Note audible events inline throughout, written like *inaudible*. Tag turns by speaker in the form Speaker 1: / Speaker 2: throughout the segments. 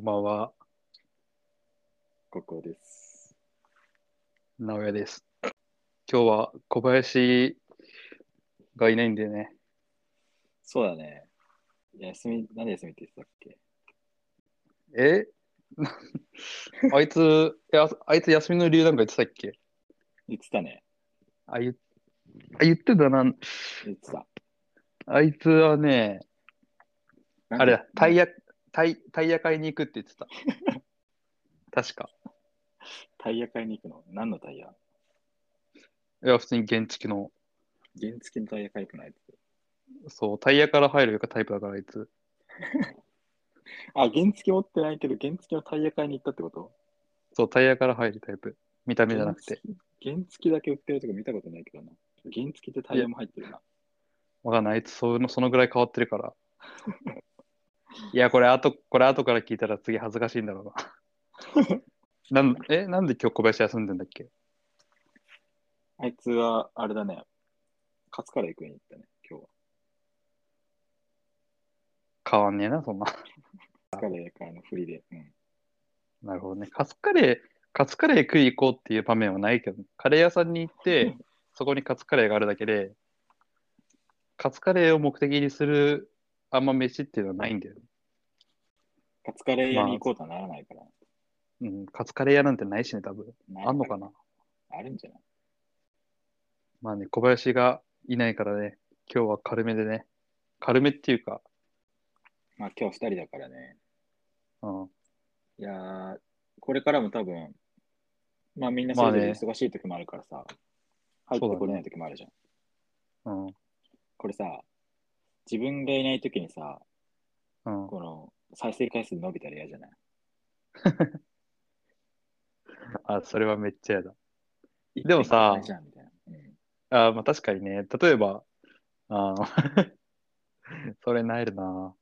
Speaker 1: ばんは、
Speaker 2: ここです。
Speaker 1: 直哉です。今日は小林がいないんでね、
Speaker 2: そうだね。休み、なんで休みって言ってたっけ
Speaker 1: え *laughs* あいつ、えああいつ休みの理由なんか言ってたっけ
Speaker 2: 言ってたね。
Speaker 1: あ言あ言ってたな、
Speaker 2: 言ってた。
Speaker 1: あいつはね、あれだ、タイ
Speaker 2: ヤ。
Speaker 1: ヤ、タイタイヤ買いに行くって言ってた。確か。
Speaker 2: タイヤ買いに行くの何のタイヤ
Speaker 1: いや、普通に原付の、
Speaker 2: 原付のタイヤ買いに行くのやつ。
Speaker 1: そう、タイヤから入るタイプだから、あいつ。
Speaker 2: あ、原付持ってないけど、原付のタイヤ買いに行ったってこと
Speaker 1: そう、タイヤから入るタイプ。見た目じゃなくて。。
Speaker 2: 原付原付だけ売ってるとこ見たことないけどな。原付ってタイヤも入ってるな。
Speaker 1: わかんない。あいつその、そのぐらい変わってるから。 *laughs* いや、これ、あと、これ、後から聞いたら次恥ずかしいんだろう
Speaker 2: *laughs*
Speaker 1: な。なんえ、なんで今日小林休んでんだっけ
Speaker 2: あいつは、あれだね。カツカレー食いに行ったね、今日は。
Speaker 1: 変わんねえな、そんな。
Speaker 2: カツカレーからの振りで。うん。
Speaker 1: なるほどね。カツカレー、カツカレー食い行こうっていう場面はないけど、カレー屋さんに行って、そこにカツカレーがあるだけで、カツカレーを目的にするあんま飯っていうのはないんだよね。
Speaker 2: カツカレー屋に行こうとはならないから。
Speaker 1: うん、カツカレー屋なんてないしね、多分。
Speaker 2: ない
Speaker 1: あんのかな
Speaker 2: あるんじゃない
Speaker 1: まあね、小林がいないからね、今日は軽めでね、軽めっていうか、
Speaker 2: まあ今日二人だからね。
Speaker 1: うん、
Speaker 2: いやー、これからも多分、まあみんなそれぞ
Speaker 1: ま
Speaker 2: れ
Speaker 1: あね
Speaker 2: 忙しい時もあるからさ、入ってこれない時もあるじゃん。
Speaker 1: うん、
Speaker 2: これさ、自分がいない時にさ、
Speaker 1: うん。
Speaker 2: この再生回数伸びたら嫌じゃない
Speaker 1: あ、それはめっちゃ嫌だ。でもさ
Speaker 2: 一気に伸びたら嫌じゃんみたいな
Speaker 1: あまあ確かにね、例えば、あー *laughs* それなえ
Speaker 2: *laughs*
Speaker 1: るな。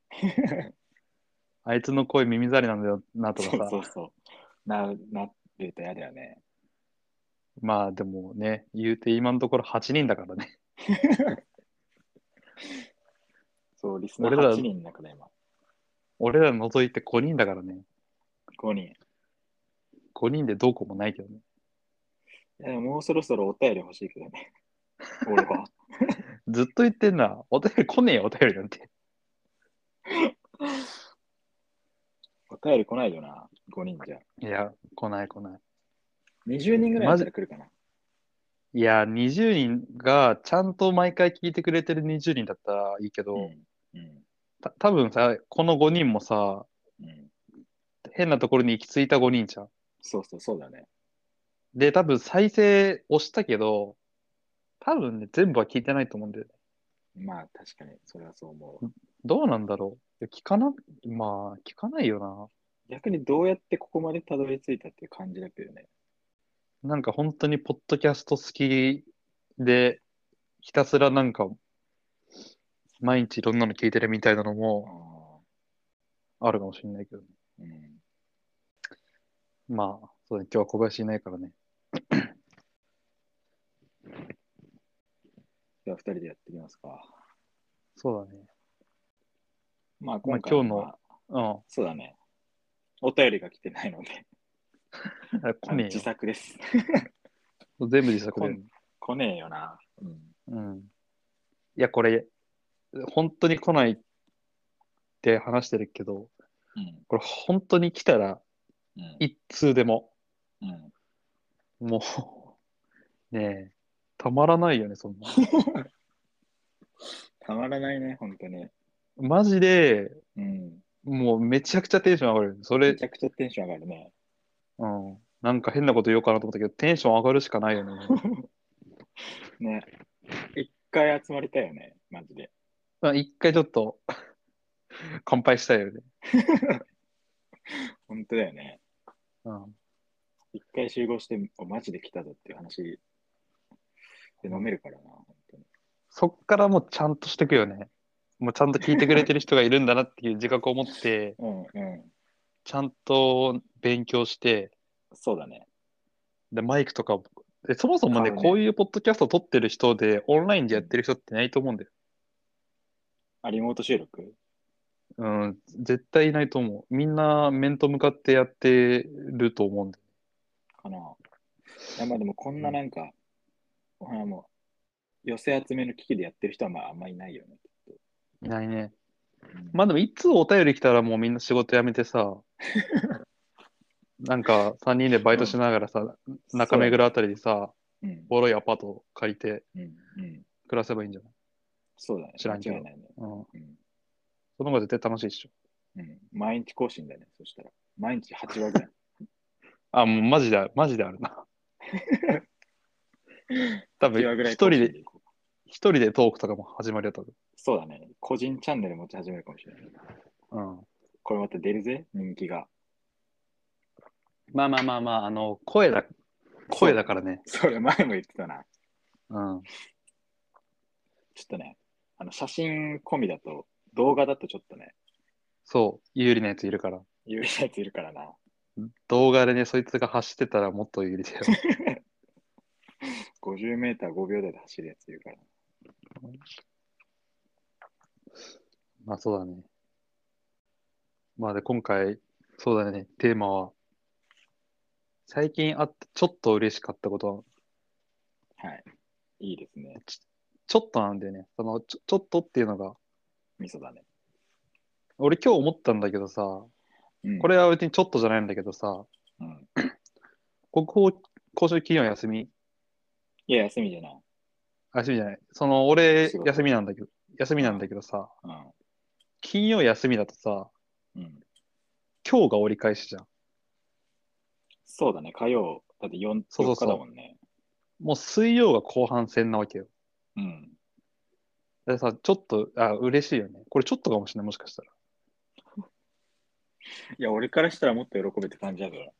Speaker 1: あいつの声耳障りなんだよなと
Speaker 2: うん
Speaker 1: か
Speaker 2: そ
Speaker 1: さ
Speaker 2: う。そうそう。な、なると嫌だよね。
Speaker 1: まあでもね、言うて今のところ8人だからね。
Speaker 2: そう、リスナー
Speaker 1: 俺ら
Speaker 2: 8人だから今。
Speaker 1: 俺ら除いて5人だからね。
Speaker 2: 5人。い
Speaker 1: 5人でどうこうもないけどね。
Speaker 2: やでももうそろそろお便り欲しいけどね。 *laughs* 俺は。
Speaker 1: ずっと言ってんな。お便り来ねえよ、お便りなんて。
Speaker 2: お便り来ないよな、5人じゃ。
Speaker 1: いや、来ない来ない。
Speaker 2: 20人ぐらいだったら来るかな。
Speaker 1: いや、20人がちゃんと毎回聞いてくれてる20人だったらいいけど、
Speaker 2: うん。うん。
Speaker 1: た多分さ、この5人もさ、
Speaker 2: うん。
Speaker 1: 変なところに行き着いた5人じゃん。
Speaker 2: そうそう、そうだね。
Speaker 1: で、多分再生押したけど、多分ね、全部は聞いてないと思うんで、
Speaker 2: まあ確かに、それはそう思うわ。
Speaker 1: どうなんだろう。いや聞かな、まあ、聞かないよ
Speaker 2: 逆にどうやってここまでたどり着いたっていう感じだけどね。
Speaker 1: な。なんか本当にポッドキャスト好きで、ひたすらなんか、毎日いろんなの聞いてるみたいなの
Speaker 2: あ
Speaker 1: も
Speaker 2: あ、
Speaker 1: あるかもしれないけど、
Speaker 2: うん。
Speaker 1: まあ、そうね、今日は小林いないからね。
Speaker 2: では二人でやっていきますか。
Speaker 1: そうだね。
Speaker 2: まあ
Speaker 1: まあ
Speaker 2: 今回は
Speaker 1: 今日の
Speaker 2: まあ
Speaker 1: うん。
Speaker 2: そうだね。お便りが来てないので、
Speaker 1: あ来ねえ
Speaker 2: 自
Speaker 1: よ。
Speaker 2: 作です。
Speaker 1: 全部自作で。
Speaker 2: 来ねえよな。うん。
Speaker 1: うん。いや、これ、本当に来ないって話してるけど、
Speaker 2: うん。
Speaker 1: これ本当に来たら、
Speaker 2: うん。
Speaker 1: 一通でも、
Speaker 2: うん、
Speaker 1: もう、 *laughs* ねえ、たまらないよね、そんな。
Speaker 2: たまらないね、本当に。
Speaker 1: マジで、
Speaker 2: うん。
Speaker 1: もうめちゃくちゃテンション上がるよね。そ
Speaker 2: め
Speaker 1: れ
Speaker 2: ち、ゃくちゃテンション上がるね。
Speaker 1: うん。なんか変なこと言おうかなと思ったけど、テンション上がるしかないよね。 *laughs*
Speaker 2: ね。一回集まりたいよね、マジで。
Speaker 1: まあ一回ちょっと、 *laughs* 乾杯したいよね。
Speaker 2: 本当だよね。
Speaker 1: うん。
Speaker 2: 一回集合して、おマジで来たぞっていう話で飲めるからな、本当に。
Speaker 1: そっからもうちゃんとしてくよね。もうちゃんと聞いてくれてる人がいるんだなっていう自覚を持って、
Speaker 2: うんうん。
Speaker 1: ちゃんと勉強して、
Speaker 2: そうだね。
Speaker 1: で、マイクとかも、でそもそも
Speaker 2: 買
Speaker 1: ね、
Speaker 2: うね
Speaker 1: こういうポッドキャスト撮ってる人で、オンラインでやってる人っていないと思うんだよ。
Speaker 2: あ、リモート収録
Speaker 1: うん、絶対いないと思う。みんな面と向かってやってると思うんで。
Speaker 2: かな。いやまあでもこんななんか、お花も寄せ集めの機器でやってる人はまああんまりいないよね。
Speaker 1: いないね。
Speaker 2: うん
Speaker 1: まあでも、いつお便り来たらもうみんな仕事辞めてさ、 *laughs* なんか3人でバイトしながらさ、中目黒あたりでさ、
Speaker 2: うん
Speaker 1: ボロいアパート借りて
Speaker 2: うんうん、
Speaker 1: 暮らせばいいんじゃない
Speaker 2: そうだね。
Speaker 1: 知らんけど
Speaker 2: 間違いないね。
Speaker 1: うん。
Speaker 2: うん
Speaker 1: その方が絶対楽しいっしょ。
Speaker 2: うん、毎日更新だね、そしたら。毎日8話ぐら
Speaker 1: *laughs*
Speaker 2: い。
Speaker 1: あ、もうマジである、マジであるな。 *laughs* 多分
Speaker 2: 8話ぐら
Speaker 1: 一
Speaker 2: い
Speaker 1: 人
Speaker 2: 更新
Speaker 1: で、
Speaker 2: いこう
Speaker 1: 一人でトークとかも始まるよ、多分。
Speaker 2: そうだね。個人チャンネル持ち始めるかもしれない。
Speaker 1: うん。
Speaker 2: これまた出るぜ、人気が。
Speaker 1: まあまあまあまあ、あの、声だ、声だからね。
Speaker 2: それ前も言ってたな。
Speaker 1: うん。
Speaker 2: ちょっとね、あの写真込みだと、動画だとちょっとね、
Speaker 1: そう、有利なやついるから。
Speaker 2: 有利なやついるからな。
Speaker 1: 動画でね、そいつが走ってたらもっと有利 *laughs* だよ。
Speaker 2: 50メーター5秒台で走るやついるから。
Speaker 1: まあそうだね。まあで、今回、そうだね、テーマは、最近あってちょっと嬉しかったことは、
Speaker 2: はい。いいですね。
Speaker 1: ちょっとなんだよね。そのちょ、ちょっとっていうのが、
Speaker 2: 味噌だね。
Speaker 1: 俺今日思ったんだけどさ、
Speaker 2: うん
Speaker 1: これ、は別にちょっとじゃないんだけどさ、
Speaker 2: うん。
Speaker 1: 国宝、今週金曜休み、
Speaker 2: いや、休みじゃない。
Speaker 1: あ休みじゃない。その、俺
Speaker 2: 仕、事
Speaker 1: 休みなんだけど、休みなんだけどさ、金曜休みだとさ、
Speaker 2: うん。うん。
Speaker 1: 今日が折り返しじゃん。
Speaker 2: そうだね。火曜、だって 4,
Speaker 1: そうそ
Speaker 2: 4
Speaker 1: うそ
Speaker 2: 日
Speaker 1: う
Speaker 2: だもんね。
Speaker 1: もう水曜が後半戦なわけよ。
Speaker 2: うん。
Speaker 1: でさ、ちょっと、あ、嬉しいよね。これちょっとかもしれない、もしかしたら。
Speaker 2: いや、俺からしたらもっと喜べって感じだから。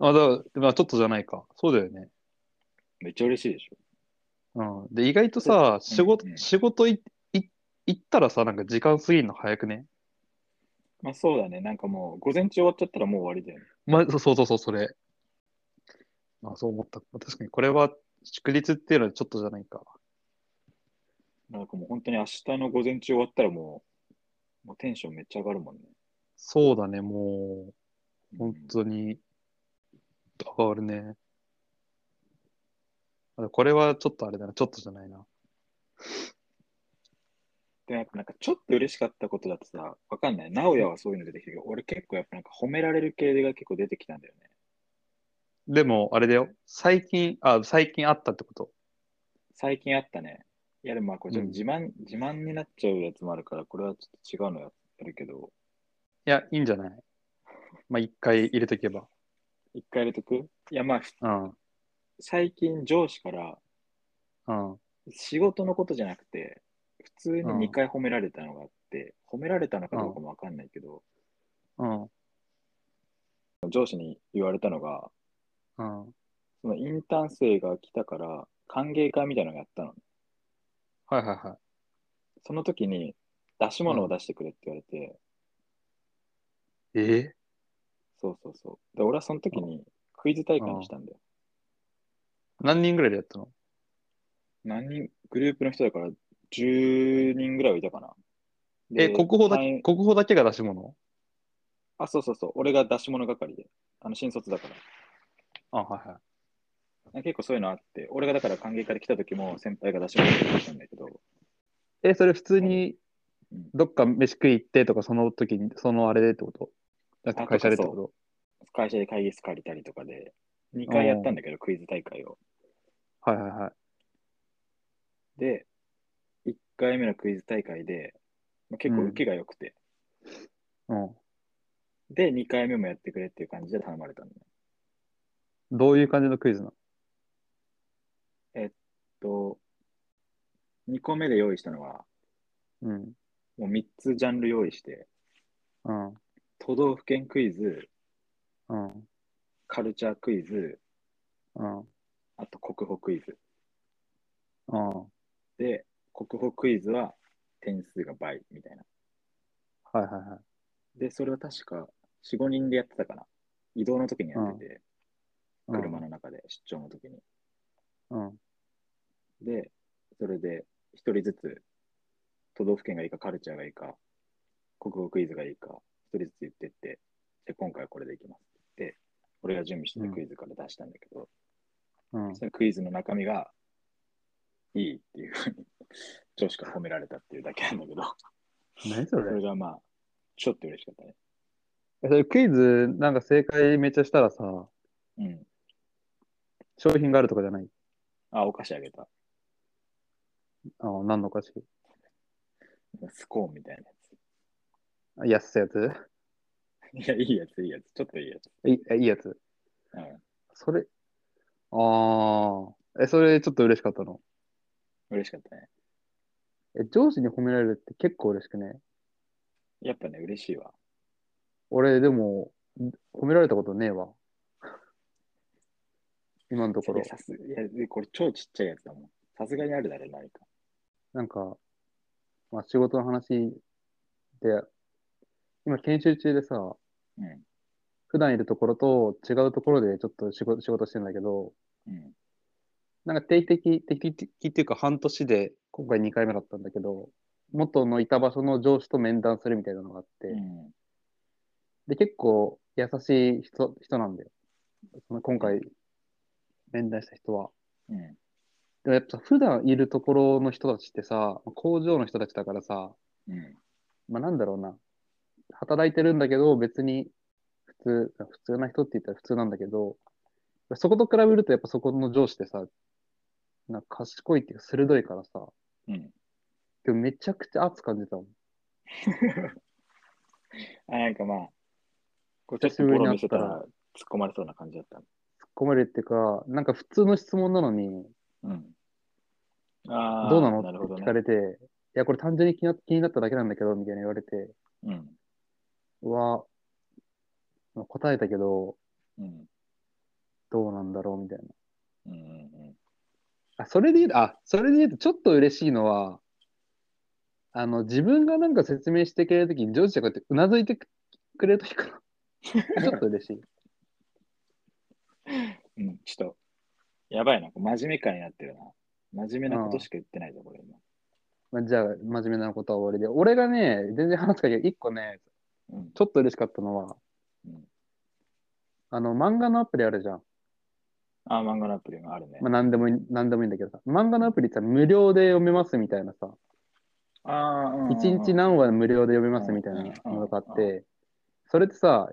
Speaker 1: あ、だからまあ、ちょっとじゃないか。そうだよね。
Speaker 2: めっちゃ嬉しいでしょ。
Speaker 1: うん。で、意外とさ、仕事、
Speaker 2: うんうん
Speaker 1: 仕事いい行ったらさ、なんか時間過ぎるの早くね。
Speaker 2: まあそうだね。なんかもう、午前中終わっちゃったらもう終わりだよね。
Speaker 1: まあ、そうそうそうそう、それ。まあ、そう思った。確かに、これは祝日っていうのはちょっとじゃないか。
Speaker 2: なんかもう本当に明日の午前中終わったらもう、もうテンションめっちゃ上がるもんね。
Speaker 1: そうだね、もう、
Speaker 2: うん
Speaker 1: 本当に、上がるね。あこれはちょっとあれだな、ちょっとじゃないな。
Speaker 2: でもやっぱなんかちょっと嬉しかったことだとさ、わかんない。直哉はそういうの出てきてるけど、俺結構やっぱなんか褒められる系が結構出てきたんだよね。
Speaker 1: でも、あれだよ。最近、あ、最近あったってこと。
Speaker 2: 最近あったね。いやでもまあこれちょっと自慢、自慢になっちゃうやつもあるから、これはちょっと違うのやってるけど、
Speaker 1: いや、いいんじゃないまあ、一回入れとけば。
Speaker 2: 一回入れとくいやまあ、
Speaker 1: うん、うん。
Speaker 2: 最近上司から仕事のことじゃなくて、普通に2回褒められたのがあって、褒められたのかどうかもわかんないけど、
Speaker 1: うん、
Speaker 2: 上司に言われたのが、
Speaker 1: うん。
Speaker 2: そのインターン生が来たから、歓迎会みたいなのやったの。
Speaker 1: はいはいはい。
Speaker 2: その時に、出し物を出してくれって言われて、
Speaker 1: ええ
Speaker 2: そうそうそう。で、俺はその時にクイズ大会にしたんだよ。
Speaker 1: 何人ぐらいでやったの
Speaker 2: 何人、グループの人だから10人ぐらいはいたかな。
Speaker 1: え、
Speaker 2: で
Speaker 1: 国宝だ
Speaker 2: 単
Speaker 1: け、
Speaker 2: 位
Speaker 1: 国宝だけが出し物
Speaker 2: あ、そうそうそう。俺が出し物係で。あの、新卒だから。
Speaker 1: あ、はいはい。
Speaker 2: 結構そういうのあって、俺がだから歓迎会で来た時も先輩が出し物だったんだけど、
Speaker 1: え、それ普通に
Speaker 2: うん、
Speaker 1: どっか飯食い行ってとか、その時に、そのあれでってことだって
Speaker 2: あ
Speaker 1: 会社でっ
Speaker 2: と
Speaker 1: て
Speaker 2: かそう
Speaker 1: こ
Speaker 2: 会社で会議室借りたりとかで、2回やったんだけど、クイズ大会を。
Speaker 1: とはいはいはい。
Speaker 2: で、1回目のクイズ大会で、まあ結構受けが良くて、
Speaker 1: うん。
Speaker 2: で、2回目もやってくれっていう感じで頼まれたんだね。
Speaker 1: どういう感じのクイズなの
Speaker 2: と、2個目で用意したのは、
Speaker 1: うん。
Speaker 2: もう3つジャンル用意して、
Speaker 1: うん。
Speaker 2: 都道府県クイズ、
Speaker 1: うん。
Speaker 2: カルチャークイズ、
Speaker 1: うん。
Speaker 2: あと国宝クイズ。
Speaker 1: うん。はい
Speaker 2: で、国宝クイズは点数が倍みたいな。
Speaker 1: はいはい。
Speaker 2: で、それは確か4、5人でやってたかな。移動の時にやってて、
Speaker 1: うん
Speaker 2: 車の中で出張の時に。
Speaker 1: うん。
Speaker 2: で、それで1人ずつ都道府県がいいかカルチャーがいいか国語クイズがいいか、一人ずつ言ってって、で今回はこれでいきますって言って、俺が準備してたクイズから出したんだけど、
Speaker 1: うん
Speaker 2: そのクイズの中身がいいっていうふうに上司から褒められたっていうだけなんだけど、
Speaker 1: 何そ
Speaker 2: それ
Speaker 1: れ
Speaker 2: がまあ、ちょっと嬉しかったね。
Speaker 1: えそれクイズ、なんか正解めっちゃしたらさ、
Speaker 2: うん。
Speaker 1: 商品があるとかじゃない
Speaker 2: あ、お菓子あげた。
Speaker 1: あの何のお菓子
Speaker 2: スコーンみたいな
Speaker 1: あ安いやつ
Speaker 2: やつ。い *laughs* や、いいやつ、いいやつ。ちょっといいやつ。
Speaker 1: いいいいやつ。
Speaker 2: うん。
Speaker 1: それ、ああ、え、それちょっと嬉しかったの。
Speaker 2: 嬉しかったね。
Speaker 1: え、上司に褒められるって結構嬉しくね。
Speaker 2: やっぱね、嬉しいわ。
Speaker 1: 俺、でも、褒められたことねえわ。今のとこ
Speaker 2: い
Speaker 1: ろ
Speaker 2: や、。さすいやでこれ超ちっちゃいやつだもん。さすがにあるだろ、何か。
Speaker 1: なんか、まあ、仕事の話で、今研修中でさ、
Speaker 2: うん。
Speaker 1: 普段いるところと違うところでちょっと仕事仕事してんだけど、
Speaker 2: うん。
Speaker 1: なんか定期的、定期的っていうか半年で、今回2回目だったんだけど、元のいた場所の上司と面談するみたいなのがあって、
Speaker 2: うん。
Speaker 1: で、結構優しい人、人なんだよ。その今回面談した人は。
Speaker 2: うん。
Speaker 1: でもやっぱ普段いるところの人たちってさ、工場の人たちだからさ、
Speaker 2: うん。
Speaker 1: まあなんだろうな。働いてるんだけど、別に普通、普通な人って言ったら普通なんだけど、そこと比べるとやっぱそこの上司ってさ、なんか賢いっていうか鋭いからさ、
Speaker 2: うん。
Speaker 1: 今日めちゃくちゃ圧感じたもん。
Speaker 2: あ、なんかまあ、こうちょ
Speaker 1: 久
Speaker 2: っ
Speaker 1: し
Speaker 2: と
Speaker 1: ぶ
Speaker 2: ボ
Speaker 1: りに
Speaker 2: ロ
Speaker 1: 会
Speaker 2: 見せ
Speaker 1: った
Speaker 2: た
Speaker 1: ら
Speaker 2: ら突っ込まれそうな感じだった。
Speaker 1: 突っ込まれるっていうか、なんか普通の質問なのに、
Speaker 2: うん。ああ、
Speaker 1: どうなの
Speaker 2: なる
Speaker 1: っ
Speaker 2: ほ
Speaker 1: て
Speaker 2: ど
Speaker 1: 聞
Speaker 2: ね
Speaker 1: か。れて、いや、これ単純に気にな気になっただけなんだけど、みたいな言われて、
Speaker 2: うん。
Speaker 1: うわ、まあ答えたけど、
Speaker 2: うん。
Speaker 1: どうなんだろう、みたいな。
Speaker 2: うん。うん。
Speaker 1: あ、それで言うと、あ、それで言うと、ちょっと嬉しいのは、あの、自分がなんか説明してくれるときに、上司がこうやってうなずいてくれるときか
Speaker 2: *laughs*
Speaker 1: な。ちょっと嬉しい。
Speaker 2: うん。ちょっと、やばいな。真面目感になってるな。真面目なことしか言ってないぞ、これ今。
Speaker 1: まあ、じゃあ、真面目なことは終わりで。俺がね、全然話す限り、一個ね、
Speaker 2: うん。
Speaker 1: ちょっと嬉しかったのは、
Speaker 2: うん
Speaker 1: あの、漫画のアプリあるじゃん。
Speaker 2: あ、漫画のアプリもあるね
Speaker 1: まあ、。なんでもいい、なんでもいいんだけどさ。漫画のアプリってさ無料で読めますみたいなさ。
Speaker 2: ああ、うんうんうん
Speaker 1: 一日何話無料で読めますみたいなのがあって、それってさ、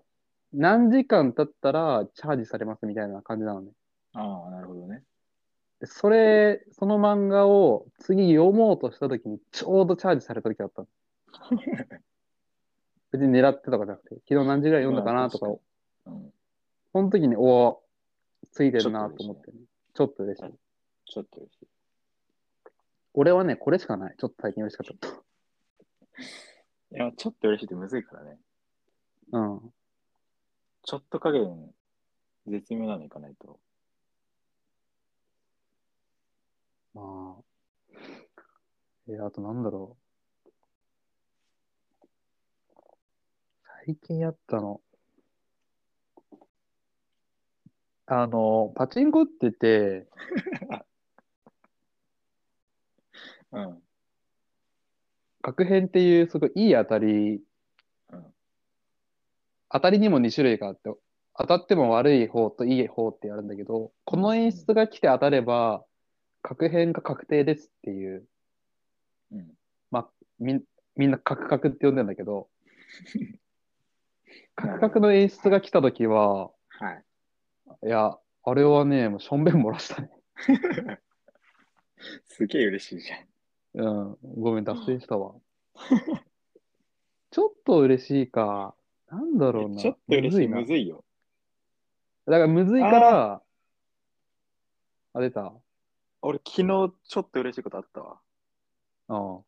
Speaker 1: 何時間経ったらチャージされますみたいな感じなのね。
Speaker 2: ああ、なるほどね。
Speaker 1: でそれ、その漫画を次読もうとした時にちょうどチャージされた時だ *laughs* ったの。別に狙ってとかじゃなくて、昨日何時ぐらい読んだかなとか、
Speaker 2: まあうん。
Speaker 1: その時に、おお、ついてるなと思ってね、ちょっと嬉しい。
Speaker 2: ちょっと嬉しい。
Speaker 1: 俺はね、これしかない。ちょっと最近嬉しかった。
Speaker 2: いや、ちょっと嬉しいってむずいからね。
Speaker 1: うん。
Speaker 2: ちょっと加減、絶妙なのいかないと。
Speaker 1: まあ。えーあとなんだろう。最近やったの。あの、パチンコってて、
Speaker 2: うん。
Speaker 1: 角変っていうすごいいい当たり、
Speaker 2: うん
Speaker 1: 当たりにも2種類があって、当たっても悪い方といい方ってあるんだけど、この演出が来て当たれば、角変が確定ですっていう、
Speaker 2: うん。
Speaker 1: みんみんなカクカクって呼んでんだけど、 *laughs* カクカクの演出が来たときは、
Speaker 2: はい。
Speaker 1: いや、あれはね、もうしょんべん漏らしたね。
Speaker 2: すげえ嬉しいじゃん。
Speaker 1: うん、ごめん、脱
Speaker 2: *laughs*
Speaker 1: 線したわ。ちょっと嬉しいか。なんだろうな。
Speaker 2: ちょっと嬉しい。
Speaker 1: むずな
Speaker 2: むずいよ。
Speaker 1: だからむずいから、あ出た。あ
Speaker 2: 俺、昨日ちょっと嬉しいことあったわ。
Speaker 1: あ。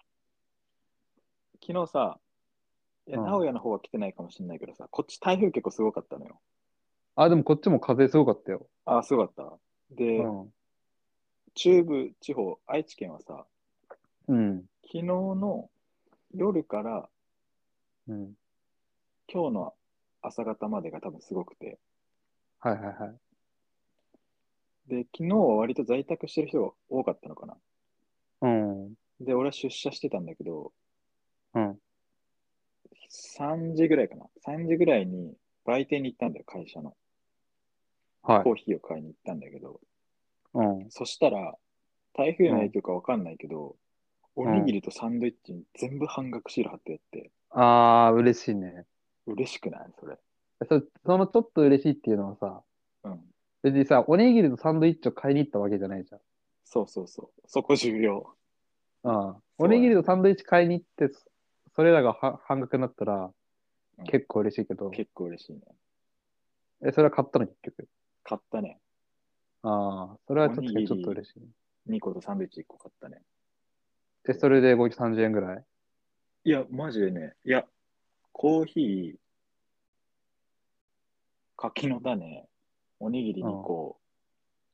Speaker 2: 昨日さ、いや、
Speaker 1: うん
Speaker 2: 名古屋の方は来てないかもしれないけどさ、こっち台風結構すごかったのよ。
Speaker 1: あ、でもこっちも風すごかったよ。
Speaker 2: ああ、すごかった。で、
Speaker 1: うん。
Speaker 2: 中部地方、愛知県はさ、
Speaker 1: うん。
Speaker 2: 昨日の夜から
Speaker 1: うん。
Speaker 2: 今日の朝方までが多分すごくて、
Speaker 1: はいはいはい。
Speaker 2: で、昨日は割と在宅してる人が多かったのかな。
Speaker 1: うん。
Speaker 2: で、俺は出社してたんだけど、
Speaker 1: うん。
Speaker 2: 3時ぐらいかな。3時ぐらいに売店に行ったんだよ、会社の。
Speaker 1: はい
Speaker 2: コ。ーヒーを買いに行ったんだけど。
Speaker 1: うん。
Speaker 2: そしたら、台風の影響かわかんないけど、
Speaker 1: ん
Speaker 2: おにぎりとサンドイッチに全部半額シール貼ってやって、
Speaker 1: あー、嬉しいね。
Speaker 2: 嬉しくないそれ。
Speaker 1: そそのちょっと嬉しいっていうのはさ、
Speaker 2: うん。
Speaker 1: 別にさ、おにぎりとサンドイッチを買いに行ったわけじゃないじゃん。
Speaker 2: そうそうそう。そこ重要。
Speaker 1: うん。
Speaker 2: そう
Speaker 1: お
Speaker 2: だね
Speaker 1: にぎりとサンドイッチ買いに行って、そそれらがは半額になったら
Speaker 2: うん、
Speaker 1: 結構嬉しいけど、
Speaker 2: 結構嬉しいね。
Speaker 1: え、それは買ったの結局。
Speaker 2: 買ったね。
Speaker 1: ああ、それは確かにち
Speaker 2: お
Speaker 1: ょっと
Speaker 2: にぎり
Speaker 1: 嬉しい。
Speaker 2: 2個とサンドイッチ1個買ったね。
Speaker 1: で、それで合計30円ぐらい
Speaker 2: いや、マジでね。いや、コーヒー、柿の種、おにぎり2個、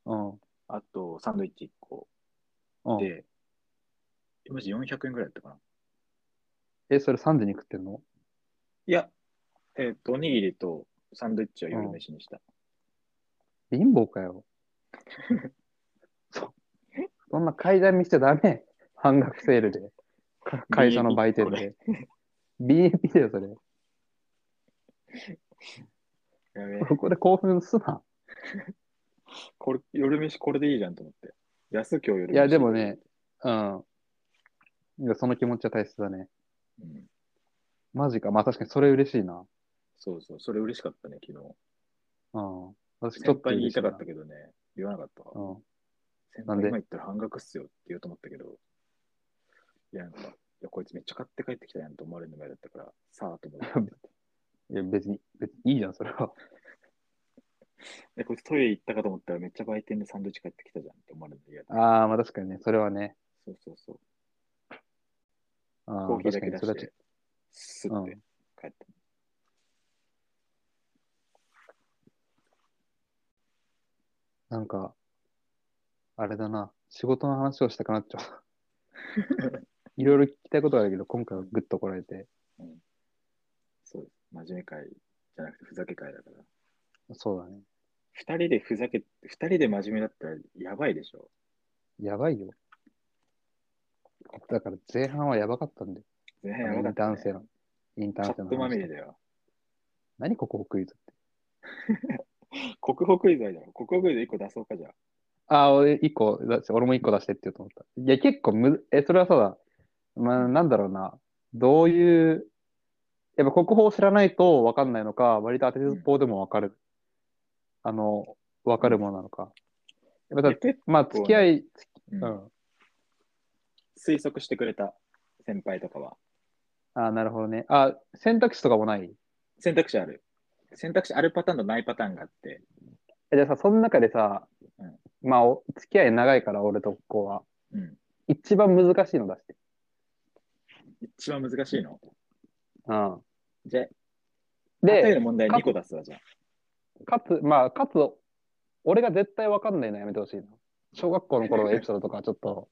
Speaker 1: うん。うん。
Speaker 2: あとサンドイッチ1個で、マジ400円ぐらいだったかな。
Speaker 1: え、それ3時に食ってんの
Speaker 2: いや、えっ、と、おにぎりとサンドイッチは夜飯にした。
Speaker 1: 貧乏かよ。そ、そんな階段見せちゃダメ。半額セールで。か会社の売店で。BAP だよ、それ。
Speaker 2: やべえ
Speaker 1: そこで興奮すな。
Speaker 2: これ、夜飯これでいいじゃんと思って。安今日夜飯。
Speaker 1: いや、でもね、うん。いや、その気持ちは大切だね。
Speaker 2: うん。
Speaker 1: マジか。まあ確かにそれ嬉しいな。
Speaker 2: そうそう、それ嬉しかったね、昨日。
Speaker 1: うん。私ち
Speaker 2: 先
Speaker 1: ょっと
Speaker 2: 輩に言
Speaker 1: 嬉
Speaker 2: い
Speaker 1: しい
Speaker 2: たか
Speaker 1: な。
Speaker 2: ったけどね、言わなかったわ。
Speaker 1: うん。
Speaker 2: 先
Speaker 1: な
Speaker 2: 輩
Speaker 1: んで
Speaker 2: 今言ったら半額っすよって言おうと思ったけど、いや、なんか、いや、こいつめっちゃ買って帰ってきたやんと思われるのが嫌だったから、さあと思
Speaker 1: *laughs*
Speaker 2: って。
Speaker 1: いや、別に、別にいいじゃん、それは。 *laughs*
Speaker 2: え、こいつトイレ行ったかと思ったらめっちゃ売店でサンドイッチ買ってきたじゃんって思われるのが嫌だ。
Speaker 1: ああ、まあ確かにね、それはね。
Speaker 2: そうそうそう。
Speaker 1: あ
Speaker 2: コーヒーだけ
Speaker 1: 確か
Speaker 2: 出し
Speaker 1: にそれはち
Speaker 2: て、スッて帰った。
Speaker 1: なんか、あれだな、仕事の話をしたくなっちゃう。
Speaker 2: *laughs*
Speaker 1: いろいろ聞きたいことはあるけど、今回はグッとこらえて、
Speaker 2: そうです。真面目会じゃなくてふざけ会だから。
Speaker 1: そうだね。
Speaker 2: 二人でふざけ、二人で真面目だったらやばいでしょ。
Speaker 1: やばいよ。だから前半はやばかったんで、
Speaker 2: 全
Speaker 1: あ
Speaker 2: 然
Speaker 1: の
Speaker 2: や
Speaker 1: イ
Speaker 2: ば
Speaker 1: ンタ
Speaker 2: かっ
Speaker 1: ー
Speaker 2: た、
Speaker 1: ン生
Speaker 2: ね。
Speaker 1: の、インタ
Speaker 2: チャ
Speaker 1: ーン生
Speaker 2: ッ
Speaker 1: の
Speaker 2: トまみ
Speaker 1: 話
Speaker 2: れ
Speaker 1: と。
Speaker 2: だよ。
Speaker 1: 何ここクイズって。
Speaker 2: 国宝クイズあるだろ。国宝クイズ一個出そうかじゃあ。
Speaker 1: ああ、俺一個出して、俺も一個出してって言うと思った。いや、結構むず、え、それはさ、まあ、なんだろうな、どういう、やっぱ国宝を知らないと分かんないのか、割と当てずっぽうでも分かる、あの、分かるものなのか。やっぱさ
Speaker 2: え結
Speaker 1: まあ、付き合い、
Speaker 2: う
Speaker 1: うんん。あ
Speaker 2: 推測してくれた先輩とかは。
Speaker 1: あ、なるほどね。あ、選択肢とかもない
Speaker 2: 選択肢ある。選択肢あるパターンとないパターンがあって。
Speaker 1: えじゃあさ、その中でさ、
Speaker 2: うん
Speaker 1: まあ、お付き合い長いから、俺とここは。
Speaker 2: うん。
Speaker 1: 一番難しいの出して。
Speaker 2: 一番難しいの。
Speaker 1: うん。
Speaker 2: じゃあ、例え
Speaker 1: で、
Speaker 2: の問題
Speaker 1: か
Speaker 2: 2個出すわじゃあ。
Speaker 1: かつ、まあ、かつ、俺が絶対わかんないのやめてほしいな。小学校の頃のエピソードとか、ちょっと、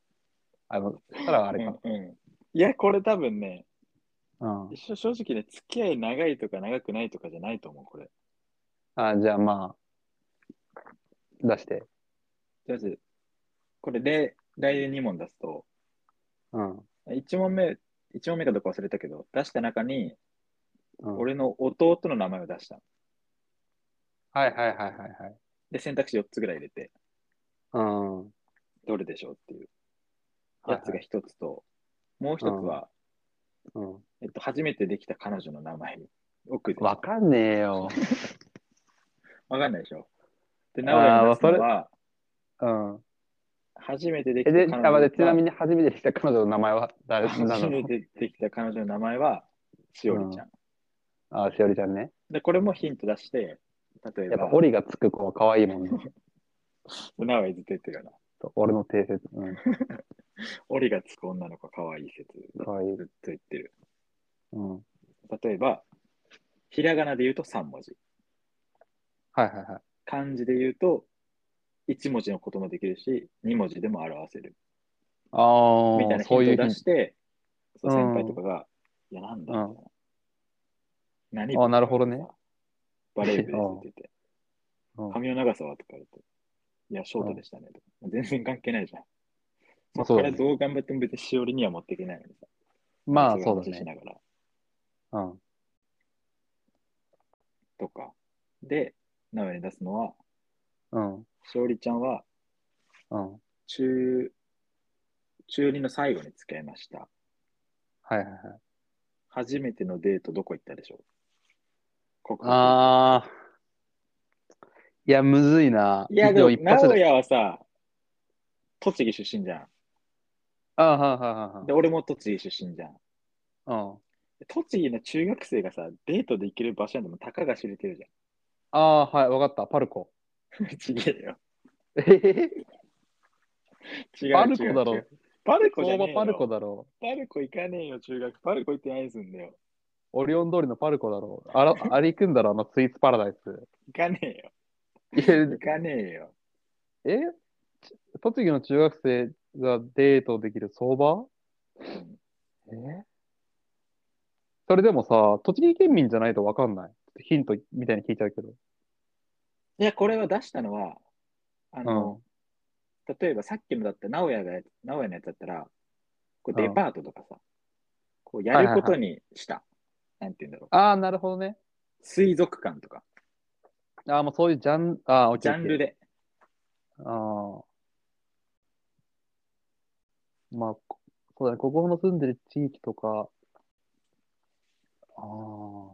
Speaker 1: あの、したらあれか。
Speaker 2: うん、うん。いや、これ多分ね、
Speaker 1: うん。
Speaker 2: 一緒正直ね、付き合い長いとか長くないとかじゃないと思う、これ。
Speaker 1: あじゃあ、まあ、出して。
Speaker 2: とりあえず、これ例、来年2問出すと、
Speaker 1: うん。
Speaker 2: 1問目、一問目かどうか忘れたけど、出した中に、
Speaker 1: うん、
Speaker 2: 俺の弟の名前を出したの。
Speaker 1: はいはいはいはいはい。
Speaker 2: で、選択肢4つぐらい入れて、
Speaker 1: うん。
Speaker 2: どれでしょうっていう
Speaker 1: はい
Speaker 2: や
Speaker 1: はい
Speaker 2: つが1つと、もう1つは、
Speaker 1: うん。
Speaker 2: えっと、初めてできた彼女の名前をクイズに
Speaker 1: わかんねえよ。
Speaker 2: わかんないでしょ。で、
Speaker 1: あー
Speaker 2: 名古屋に出すのは、
Speaker 1: うん。
Speaker 2: 初めてでき
Speaker 1: え、
Speaker 2: た彼
Speaker 1: で、
Speaker 2: 女
Speaker 1: あ、待って、ちなみ
Speaker 2: に、
Speaker 1: に初めて来た彼女の名前は誰な
Speaker 2: 初
Speaker 1: の
Speaker 2: めてできた彼女の名前は、しおりちゃん。
Speaker 1: あ、しおりちゃんね。
Speaker 2: で、これもヒント出して、例え
Speaker 1: やっぱ、
Speaker 2: ば、
Speaker 1: オリがつく子は可愛いもんね。
Speaker 2: 名古屋ずっと言ってるよな。
Speaker 1: と俺の定説。うん。
Speaker 2: オリがつく女の子かわいい説、ず
Speaker 1: 可愛い
Speaker 2: っ。と言ってる。
Speaker 1: うん。はい
Speaker 2: 例えば、ひらがなで言うと3文字、
Speaker 1: はいはい。
Speaker 2: 漢字で言うと1文字のこともできるし、2文字でも表せる。みたい
Speaker 1: ああ、
Speaker 2: な
Speaker 1: そうい
Speaker 2: ヒン
Speaker 1: う
Speaker 2: トを出
Speaker 1: ヒン
Speaker 2: して、そう
Speaker 1: う
Speaker 2: 先
Speaker 1: ん
Speaker 2: 輩とかが、いや、なんだ
Speaker 1: うん
Speaker 2: みたいな何
Speaker 1: あなるほどね。
Speaker 2: バレー部ですって言って、
Speaker 1: ト。うん
Speaker 2: 髪の長さはとか言って、いや、ショートでしたねとか。全然関係ないじゃん。
Speaker 1: まあ
Speaker 2: そ
Speaker 1: そ
Speaker 2: こか
Speaker 1: うだ
Speaker 2: ら
Speaker 1: ね
Speaker 2: どう頑張っても別にしおりには持っていけないのにさ。
Speaker 1: まあ、そう
Speaker 2: い
Speaker 1: だ
Speaker 2: 話し
Speaker 1: ね。
Speaker 2: ながら。
Speaker 1: うん。
Speaker 2: で、名古屋に出すのは、
Speaker 1: うん、
Speaker 2: しおりちゃんは
Speaker 1: うん。はい
Speaker 2: 中、中2の最後に付き合いました。
Speaker 1: はいはい。
Speaker 2: 初めてのデートどこ行ったでしょう告白
Speaker 1: ああ。いや、むずいな。
Speaker 2: いや、でも、
Speaker 1: 一
Speaker 2: 名
Speaker 1: 発
Speaker 2: 古
Speaker 1: で。
Speaker 2: 屋はさ、栃木出身じゃ
Speaker 1: ああ、はいはい
Speaker 2: ん。で、俺も栃木出身じゃん。
Speaker 1: はいはい。うん。
Speaker 2: 栃木の中学生がさ、デートで行ける場所なんてもうたかが知れてるじ
Speaker 1: ああ、はい、わかった。パルコ。
Speaker 2: ゃん。 *laughs* 違えよ。
Speaker 1: えへ
Speaker 2: 違う違う
Speaker 1: へパルコだろ
Speaker 2: 違う。パルコじゃ
Speaker 1: 相
Speaker 2: ね
Speaker 1: 場
Speaker 2: えよ。
Speaker 1: パルコだろ。
Speaker 2: パルコ行かねえよ、中学。パルコ行ってないすんだよ。
Speaker 1: オリオン通りのパルコだろ。あら、あれ行くんだろ、あのスイーツパラダイス。
Speaker 2: 行かねえよ。
Speaker 1: いや
Speaker 2: 行かねえよ。
Speaker 1: えち栃木の中学生がデートできる相場
Speaker 2: ん
Speaker 1: えそれでもさ、栃木県民じゃないとわかんない。ヒントみたいに聞いちゃうけど。
Speaker 2: いや、これは出したのは、あ
Speaker 1: うん
Speaker 2: の、。例えばさっきのだった名古屋が、名古屋のやつだったら、こうデパートとかさ、こうやることにした。なんて言うんだろう。
Speaker 1: ああ、なるほどね。
Speaker 2: 水族館とか、
Speaker 1: ああ、もうそういうジャン、ああ、オッケ
Speaker 2: ジ
Speaker 1: ー
Speaker 2: ャンル
Speaker 1: オッケ
Speaker 2: で。
Speaker 1: ーああ。まあ、こそうだね。ここの住んでる地域とか。ああ。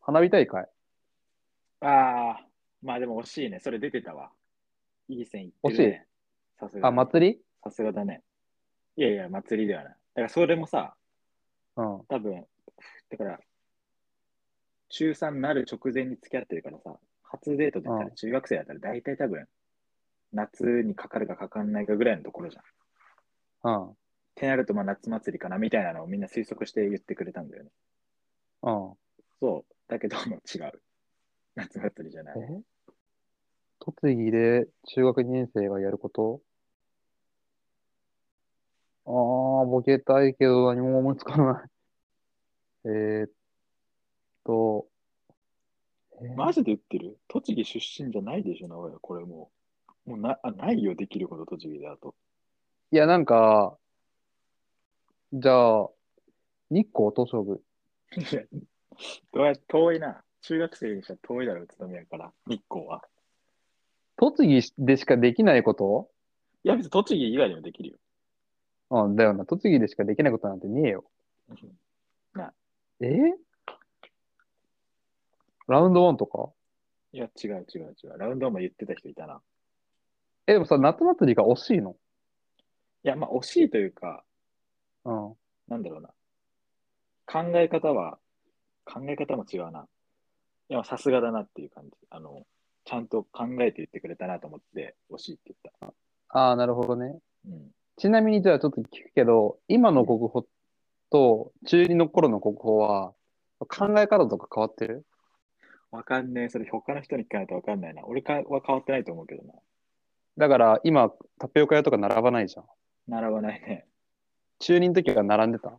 Speaker 1: 花火大会
Speaker 2: ああ、まあでも惜しいね。それ出てたわ。いい線いってるね。さすがだね
Speaker 1: あ、祭り
Speaker 2: さすがだね。いやいや、祭りではない。だからそれもさ、
Speaker 1: うん。
Speaker 2: 多分、だから、中3になる直前に付き合ってるからさ、初デートだった
Speaker 1: う
Speaker 2: ら中学生だったら大体多分、夏にかかるかかかんないかぐらいのところじゃん。っ
Speaker 1: うん。
Speaker 2: てなると、まあ夏祭りかなみたいなのをみんな推測して言ってくれたんだよね。
Speaker 1: うん。
Speaker 2: そう。だけど、違う。夏祭りじゃない。
Speaker 1: え栃木で中学2年生がやることああ、ボケたいけど何も思いつかない。えー、っと、えー
Speaker 2: マジで言ってる栃木出身じゃないでしょ、名古屋。これもう。もうなあないよ、できること、栃木だと。
Speaker 1: いや、なんか、じゃあ、日光東照宮。
Speaker 2: いや *laughs* どうや遠いな。中学生にしたら遠いだろ、宇都宮から、日光は。
Speaker 1: 栃木でしかできないこと
Speaker 2: いや、別に栃木以外でもできるよ。
Speaker 1: うん、だよな。栃木でしかできないことなんてねえよ。
Speaker 2: な
Speaker 1: えラウンドワンとか
Speaker 2: *laughs* いや、違う違う違う。ラウンドも言ってた人いたな。
Speaker 1: え、でもさ、夏祭りが惜しいの
Speaker 2: いや、まあ、惜しいというか、
Speaker 1: うん。
Speaker 2: なんだろうな。考え方は、考え方も違うな。いや、さすがだなっていう感じ。あの、ちゃんと考えて言ってくれたなと思って、惜しいって言っ
Speaker 1: ああ、なるほどね。
Speaker 2: た。うん。
Speaker 1: ちなみにじゃあちょっと聞くけど、今の国宝と中二の頃の国宝は考え方とか変わってる
Speaker 2: わかんねえ。それ他の人に聞かないとわかんないな。俺かは変わってないと思うけどな。
Speaker 1: だから今タピオカ屋とか並ばないじゃん。
Speaker 2: 並ばないね。
Speaker 1: 中二の時は並んでた。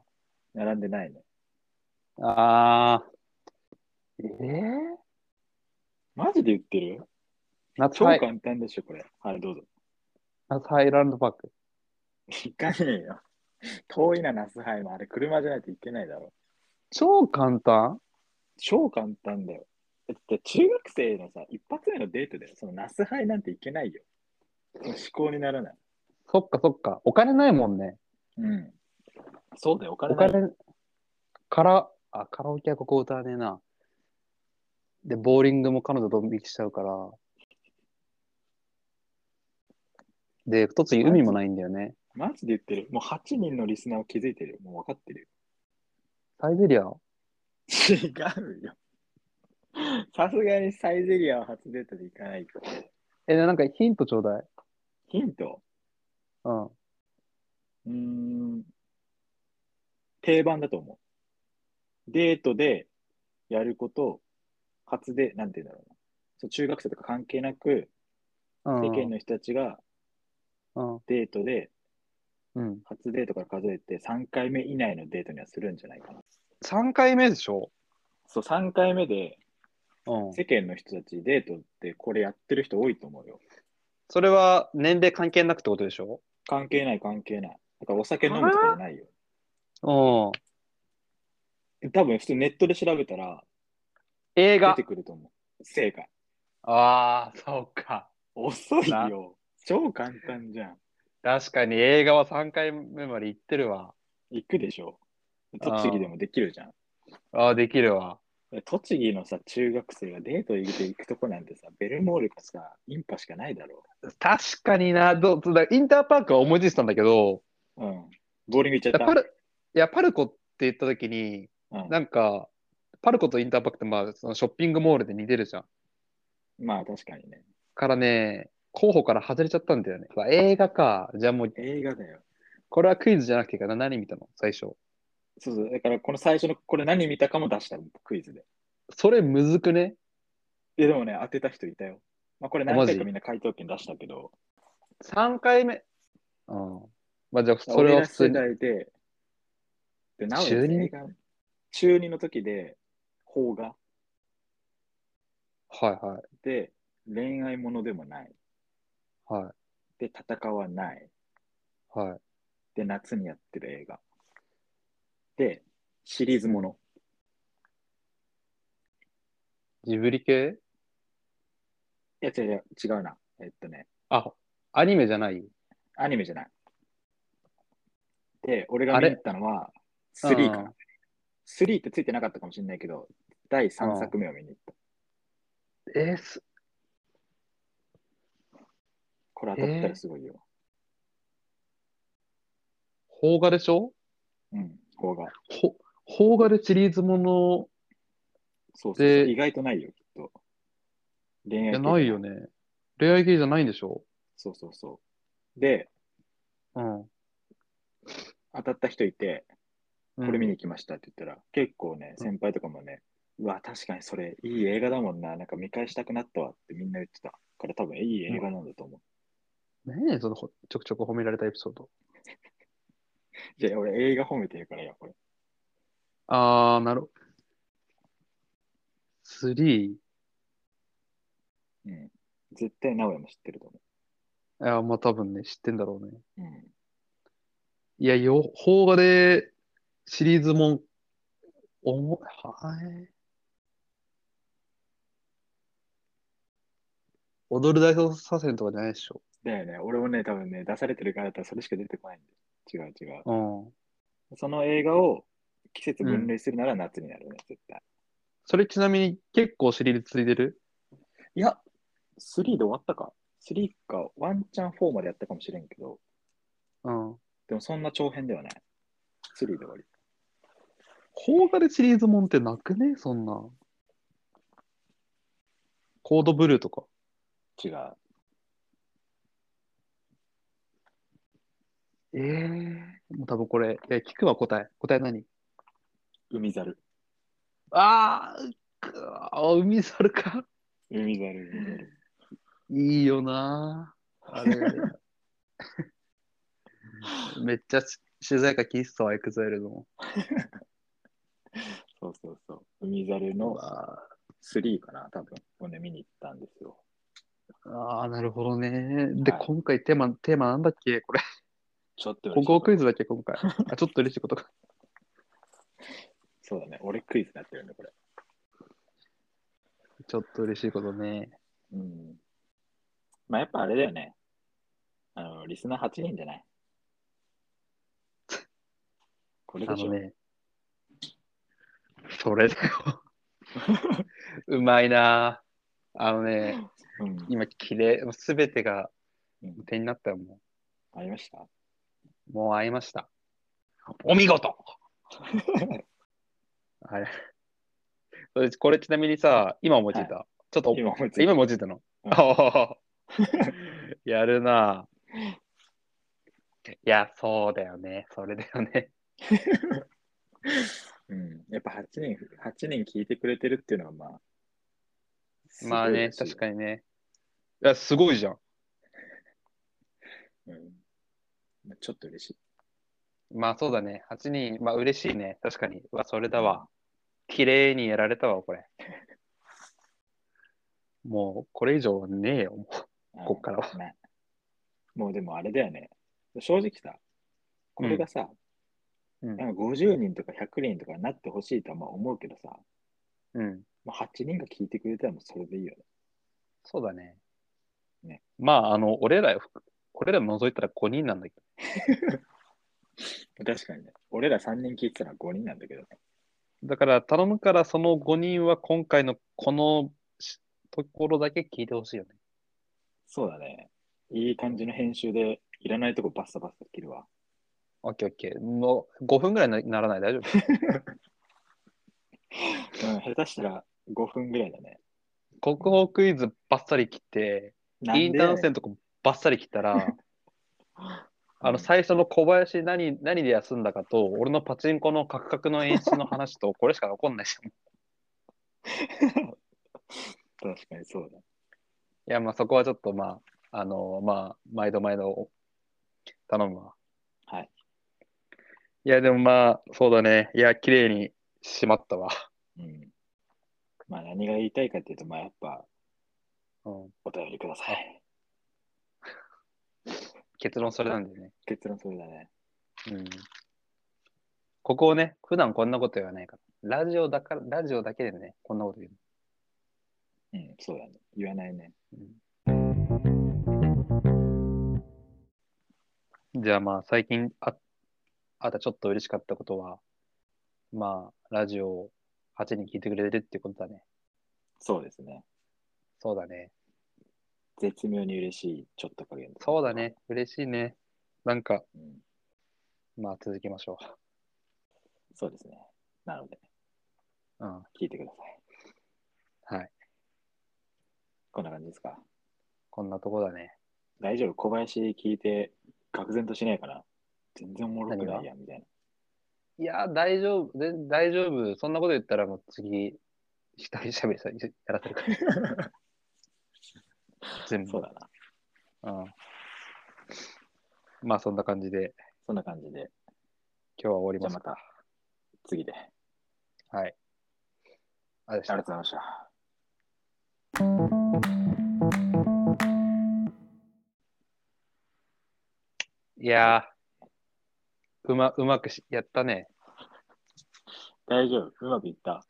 Speaker 2: 並んでないね。
Speaker 1: ああ。ええ
Speaker 2: マジで言ってる
Speaker 1: 夏
Speaker 2: 超
Speaker 1: ハイ、
Speaker 2: 簡単でしょ、これ。はい、どうぞ。
Speaker 1: 夏ハイランドパーク。
Speaker 2: 行かねえよ。遠いな、ナスハイも。あれ、車じゃないといけないだろ。
Speaker 1: 超簡単
Speaker 2: 超簡単だよ。だって中学生のさ、一発目のデートだよ。そのナスハイなんていけないよ。思考にならない。
Speaker 1: そっかそっか。お金ないもんね。
Speaker 2: うん。そうだよ、お金
Speaker 1: お
Speaker 2: ない。
Speaker 1: 金、から、あ、カラオケはここ歌わねえな。で、ボーリングも彼女ドン引きしちゃうから。で、栃木海もないんだよね。
Speaker 2: マジで言ってる。もう8人のリスナーは気づいてるよ。もう分かってるよ。
Speaker 1: サイゼリア
Speaker 2: 違うよ。さすがにサイゼリアは初デートで行かないよ。
Speaker 1: え、なんかヒントちょうだい。
Speaker 2: ヒント
Speaker 1: うん。
Speaker 2: うーん定番だと思う。デートでやること、初で、なんて言うんだろうな。そう中学生とか関係なく、
Speaker 1: うん。
Speaker 2: 世間の人たちが
Speaker 1: うん。
Speaker 2: デートで、
Speaker 1: うん。
Speaker 2: 初デートから数えて3回目以内のデートにはするんじゃないかな。
Speaker 1: 3回目でしょ
Speaker 2: そう、3回目で
Speaker 1: うん。
Speaker 2: 世間の人たちデートってこれやってる人多いと思うよ。
Speaker 1: それは年齢関係なくってことでしょ
Speaker 2: 関係ない関係ない。だからお酒飲むとかじゃないよ。
Speaker 1: うん。
Speaker 2: 多分普通ネットで調べたら、
Speaker 1: 映
Speaker 2: 出
Speaker 1: 画
Speaker 2: て。くると思う。正解。
Speaker 1: ああ、そうか。
Speaker 2: 遅いよ。超簡単じゃん。
Speaker 1: 確かに映画は3回目まで行ってるわ。
Speaker 2: 行くでしょ。栃木でもできるじゃん。
Speaker 1: ああ、できるわ。
Speaker 2: 栃木のさ、中学生がデート行く行くとこなんてさ、ベルモールかさ、インパしかないだろ
Speaker 1: 確かにな。どうだインターパークは思いついてたんだけど、
Speaker 2: う。うん。ボーリング行っちゃ
Speaker 1: い
Speaker 2: った。
Speaker 1: やパルいやパルコって言った時に、
Speaker 2: うん
Speaker 1: なんか、パルコとインターパークってまあそのショッピングモールで似てるじゃん。
Speaker 2: まあ確かにね。
Speaker 1: からね、候補から外れちゃったんだよね。うわ映画か。じゃあもう、
Speaker 2: 映画だよ。
Speaker 1: これはクイズじゃなくていいから何見たの最初。
Speaker 2: そうそう。だからこの最初のこれ何見たかも出したのクイズで。
Speaker 1: それむずくね
Speaker 2: え、でもね、当てた人いたよ。まあこれ何
Speaker 1: あマ
Speaker 2: 回
Speaker 1: ジ
Speaker 2: かみんな回答権出したけど、
Speaker 1: ?3 回目。うん。まあじゃあ、それは普通に。
Speaker 2: 俺ら世代で、で、なお
Speaker 1: 中二
Speaker 2: 映画中二の時で、邦画
Speaker 1: はいはい。
Speaker 2: で、恋愛ものでもない。
Speaker 1: は
Speaker 2: で、戦わない。
Speaker 1: い。はい。
Speaker 2: で、夏にやってる映画。で、シリーズもの。
Speaker 1: ジブリ系
Speaker 2: いや、違う違う違うな。えっとね、
Speaker 1: あ、アニメじゃない
Speaker 2: アニメじゃない。で、俺が
Speaker 1: あ
Speaker 2: 見
Speaker 1: れ
Speaker 2: に行ったのは、3か
Speaker 1: う。
Speaker 2: なん3ってついてなかったかもしれないけど、第3作目を見に行った。
Speaker 1: えーす
Speaker 2: これ当たったらすごいよ。
Speaker 1: 邦画でしょ
Speaker 2: うん、邦画。
Speaker 1: ほ邦画でシリーズもの
Speaker 2: そうそう
Speaker 1: で
Speaker 2: 意外とないよ、きっと。恋
Speaker 1: い
Speaker 2: 愛
Speaker 1: や
Speaker 2: 系
Speaker 1: ないよね。恋愛系じゃないんでしょ
Speaker 2: そうそうそう。で、
Speaker 1: うん。
Speaker 2: 当たった人いて、
Speaker 1: こ
Speaker 2: これ見に行きましたって言ったら、結構ね、先輩とかもね、うわ、確かにそれ、いい映画だもんな、なんか見返したくなったわってみんな言ってたから、多分いい映画なんだと思う。
Speaker 1: ねえ、そのほちょくちょく褒められたエピソード。
Speaker 2: いや、俺映画褒めてるからよ、これ。
Speaker 1: あー、なるほど。3? い
Speaker 2: うん。絶対名古屋も知ってると思
Speaker 1: や、まあ多分ね、知ってんだろうね。
Speaker 2: う。うん。
Speaker 1: いや、よ、邦画でシリーズもん、おも、はえ踊る大捜査線とかじゃないでしょ。
Speaker 2: だよね、俺もね、多分ね、出されてるからだったらそれしか出てこないんで。違う違う。
Speaker 1: うん。
Speaker 2: その映画を季節分類するなら夏になるね、絶対。
Speaker 1: それちなみに結構シリーズ続いてる
Speaker 2: いや、3で終わったか。3か、ワンチャン4までやったかもしれんけど、
Speaker 1: うん。
Speaker 2: でもそんな長編ではない。3で終わり。
Speaker 1: 邦画でシリーズもんってなくねそんな。コードブルーとか。
Speaker 2: 違う。
Speaker 1: ええもう多分これ、え、聞くわ答え。答え何
Speaker 2: 海猿。
Speaker 1: あーくあ、海猿か。
Speaker 2: 海猿、海猿。
Speaker 1: いいよなあれ。 *laughs* めっちゃし主題歌聞いてたわ、エクザイルの。
Speaker 2: そうそうそう。海猿の
Speaker 1: わ
Speaker 2: 3かな、多分。これね、見に行ったんですよ。
Speaker 1: ああ、なるほどね。で、
Speaker 2: はい
Speaker 1: 今回テーマ、テーマなんだっけこれ。
Speaker 2: ちょっと嬉し
Speaker 1: 国
Speaker 2: い
Speaker 1: 語クイズだっけ今回。あ、ちょっと嬉しいことか。
Speaker 2: そうだね。俺クイズになってるね、これ。
Speaker 1: *laughs* ちょっと嬉しいことね。
Speaker 2: うん。まあやっぱあれだよね。あの、リスナー8人じゃない。これ
Speaker 1: あ
Speaker 2: でし
Speaker 1: の
Speaker 2: ょ。
Speaker 1: ね。それだよ。うまいなああのね、
Speaker 2: うん。
Speaker 1: 今、綺麗すべてが
Speaker 2: うん
Speaker 1: 手になったよ、も
Speaker 2: ありました
Speaker 1: う。もう会いました。お見 *laughs* 事あれ。それこれちなみにさ、今思いついた。ちょっと、
Speaker 2: 今思いついた
Speaker 1: 今思いついたの。
Speaker 2: うん
Speaker 1: おー *laughs* やるなぁ。いや、そうだよね。それだよね。
Speaker 2: うん、やっぱ8人、八人聞いてくれてるっていうのはまあ、
Speaker 1: まあね、確
Speaker 2: に。
Speaker 1: かにね。いや、すごいじゃん。
Speaker 2: うんまあちょっと嬉しい。
Speaker 1: まあそうだね。8人、まあ嬉しいね。確かに。うわ、それだわ。綺麗にやられたわ、これ。もう、これ以上はねえよ。も
Speaker 2: うん。
Speaker 1: こっからは
Speaker 2: ねもうでもあれだよね。正直さ、これがさ、
Speaker 1: うん
Speaker 2: なんか50人とか100人とかになってほしいとはまあ思うけどさ、
Speaker 1: ううん。
Speaker 2: まあ、8人が聞いてくれたらもうそれでいいよね。
Speaker 1: そうだね。
Speaker 2: ね
Speaker 1: まあ、あの、俺ら、俺ら除いたら5人なんだけど。
Speaker 2: 確かにね。俺ら3人聞いてたら5人なんだけどね。
Speaker 1: だから、頼むから、その5人は今回のこのしところだけ聞いてほしいよね。
Speaker 2: そうだね。いい感じの編集で、いらないとこバッサバッサ切るわ。
Speaker 1: オッケーオッケー。もう5分ぐらいにならない *laughs* 大丈夫
Speaker 2: うん、下手したら5分ぐらいだね。
Speaker 1: 国宝クイズばっさり切って、
Speaker 2: なんで
Speaker 1: インターン生のとこばっさり切った
Speaker 2: *laughs*
Speaker 1: ら、あ
Speaker 2: う
Speaker 1: の
Speaker 2: ん
Speaker 1: 最初の小林何何で休んだかと、俺のパチンコのカクカクの演出の話と、これしか残んないし。 *laughs* い
Speaker 2: 確かにそうだ。
Speaker 1: や、まあそこはちょっとまあ、あのまあ、毎度毎度頼むわ。
Speaker 2: はい。
Speaker 1: いや、でもまあ、そうだね。いや、綺麗にしまったわ。
Speaker 2: うん。まあ何が言いたいかっていうと、まあやっぱ
Speaker 1: うん、
Speaker 2: お便りください。
Speaker 1: 結論それなんでね。
Speaker 2: 結論それだね。
Speaker 1: うん。ここをね、普段こんなこと言わないから。ラジオだから、ラジオだけでね、こんなこと言う。
Speaker 2: うん、そうだね。言わないね。
Speaker 1: じゃあまあ最近ああったちょっと嬉しかったことは、まあラジオを8人聞いてくれてるってことだね。
Speaker 2: そうですね。
Speaker 1: そうだね。
Speaker 2: 絶妙に嬉しい、ちょっと加減。
Speaker 1: そうだ。ね。嬉しいね。なんか、
Speaker 2: うん、
Speaker 1: まあ続きましょ
Speaker 2: そうですね。なので、
Speaker 1: う。うん。
Speaker 2: 聞いてください。
Speaker 1: はい。
Speaker 2: こんな感じですか。
Speaker 1: こんなとこだね。
Speaker 2: 大丈夫小林聞いて、愕然としないかな全然おもろくない
Speaker 1: 何
Speaker 2: やん、みたいな。
Speaker 1: いやー、大丈夫。全大丈夫。そんなこと言ったらもう次、一人喋りさ、やらせるから。
Speaker 2: *laughs*
Speaker 1: 全部。
Speaker 2: そうだな。
Speaker 1: うん。まあそんな感じで、
Speaker 2: そんな感じで。
Speaker 1: 今日は終
Speaker 2: じ
Speaker 1: わ
Speaker 2: ゃあま
Speaker 1: りま。
Speaker 2: すた、次で。あり
Speaker 1: はい。あれでし
Speaker 2: が
Speaker 1: た
Speaker 2: とう。ございました。
Speaker 1: いやーうま、うまくしやったね。
Speaker 2: 大丈夫。うまくいった。